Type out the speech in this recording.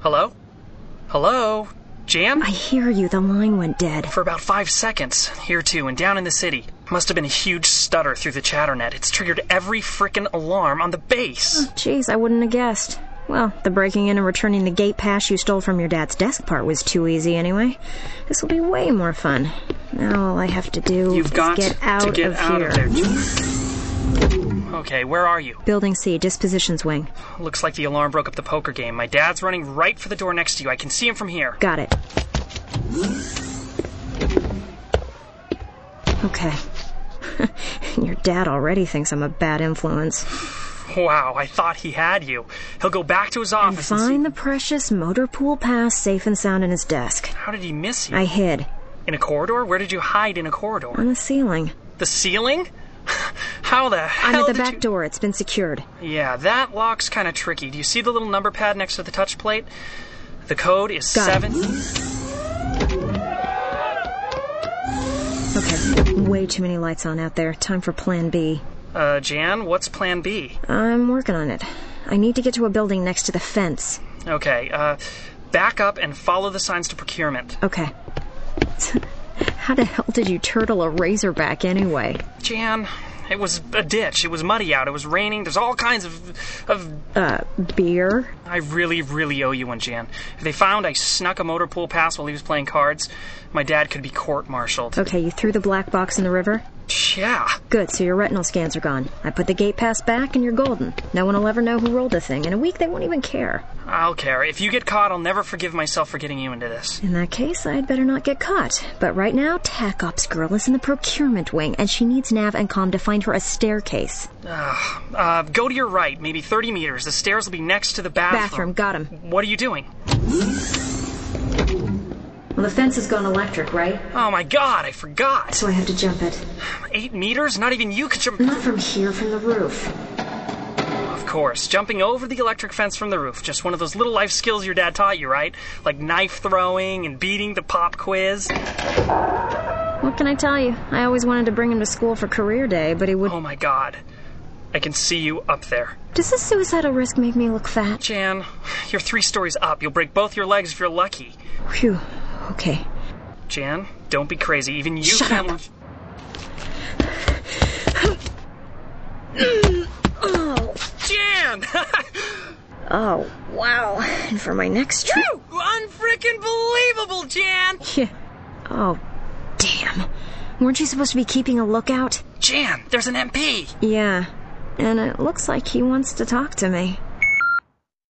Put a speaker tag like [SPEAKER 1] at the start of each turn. [SPEAKER 1] Hello? Hello? Jan?
[SPEAKER 2] I hear you. The line went dead.
[SPEAKER 1] For about five seconds, here too, and down in the city. Must have been a huge stutter through the chatternet. It's triggered every frickin' alarm on the base.
[SPEAKER 2] Jeez, I wouldn't have guessed. Well, the breaking in and returning the gate pass you stole from your dad's desk part was too easy anyway. This will be way more fun. Now all I have to do
[SPEAKER 1] You've
[SPEAKER 2] is
[SPEAKER 1] got
[SPEAKER 2] get out
[SPEAKER 1] to get
[SPEAKER 2] of
[SPEAKER 1] out
[SPEAKER 2] here.
[SPEAKER 1] of there. Okay, where are you?
[SPEAKER 2] Building C, dispositions wing.
[SPEAKER 1] Looks like the alarm broke up the poker game. My dad's running right for the door next to you. I can see him from here.
[SPEAKER 2] Got it. Okay. your dad already thinks I'm a bad influence.
[SPEAKER 1] Wow, I thought he had you. He'll go back to his office and,
[SPEAKER 2] Find the precious motor pool pass safe and sound in his desk.
[SPEAKER 1] see. How did he miss you?
[SPEAKER 2] I hid.
[SPEAKER 1] In a corridor? Where did you hide in a corridor?
[SPEAKER 2] On the ceiling.
[SPEAKER 1] The ceiling? How the
[SPEAKER 2] I'm
[SPEAKER 1] hell
[SPEAKER 2] at the
[SPEAKER 1] did
[SPEAKER 2] back
[SPEAKER 1] you...
[SPEAKER 2] door. It's been secured.
[SPEAKER 1] Yeah, that lock's kind of tricky. Do you see the little number pad next to the touch plate? The code is
[SPEAKER 2] Got it.
[SPEAKER 1] seven.
[SPEAKER 2] Okay. Way too many lights on out there. Time for plan B.
[SPEAKER 1] Uh, Jan, what's plan B?
[SPEAKER 2] I'm working on it. I need to get to a building next to the fence.
[SPEAKER 1] Okay, uh, back up and follow the signs to procurement.
[SPEAKER 2] Okay. How the hell did you turtle a razorback anyway?
[SPEAKER 1] Jan, it was a ditch. It was muddy out. It was raining. There's all kinds of. of
[SPEAKER 2] Uh, Beer?
[SPEAKER 1] I really, really owe you one, Jan. If they found I snuck a motor pool pass while he was playing cards, my dad could be court martialed.
[SPEAKER 2] Okay, you threw the black box in the river?
[SPEAKER 1] Yeah.
[SPEAKER 2] Good, so your retinal scans are gone. I put the gate pass back and you're golden. No one will ever know who rolled the thing. In a week, they won't even care.
[SPEAKER 1] I'll care. If you get caught, I'll never forgive myself for getting you into this.
[SPEAKER 2] In that case, I'd better not get caught. But right now, TAC Ops Girl is in the procurement wing, and she needs Nav and Com to find her a staircase.
[SPEAKER 1] Uh, go to your right, maybe 30 meters. The stairs will be next to the
[SPEAKER 2] Bathroom,
[SPEAKER 1] bathroom.
[SPEAKER 2] got him.
[SPEAKER 1] What are you doing?
[SPEAKER 2] Well, the fence has gone electric, right?
[SPEAKER 1] Oh my god, I forgot.
[SPEAKER 2] So I have to jump it.
[SPEAKER 1] Eight meters? Not even you could jump.
[SPEAKER 2] Not from here, from the roof.
[SPEAKER 1] Of course, jumping over the electric fence from the roof. Just one of those little life skills your dad taught you, right? Like knife throwing and beating the pop quiz.
[SPEAKER 2] What can I tell you? I always wanted to bring him to school for career day, but he would.
[SPEAKER 1] Oh my god. I can see you up there.
[SPEAKER 2] Does this suicidal risk make me look fat?
[SPEAKER 1] Jan, you're three stories up. You'll break both your legs if you're lucky.
[SPEAKER 2] Phew. Okay.
[SPEAKER 1] Jan, don't be crazy. Even you
[SPEAKER 2] Shut
[SPEAKER 1] can't.
[SPEAKER 2] up.
[SPEAKER 1] lift-
[SPEAKER 2] Oh.
[SPEAKER 1] Jan!
[SPEAKER 2] Oh, wow. And for my next trip.
[SPEAKER 1] Unfreaking believable, Jan!
[SPEAKER 2] Yeah. Oh, damn. Weren't you supposed to be keeping a lookout?
[SPEAKER 1] Jan, there's an MP!
[SPEAKER 2] Yeah. And it looks like he wants to talk to me.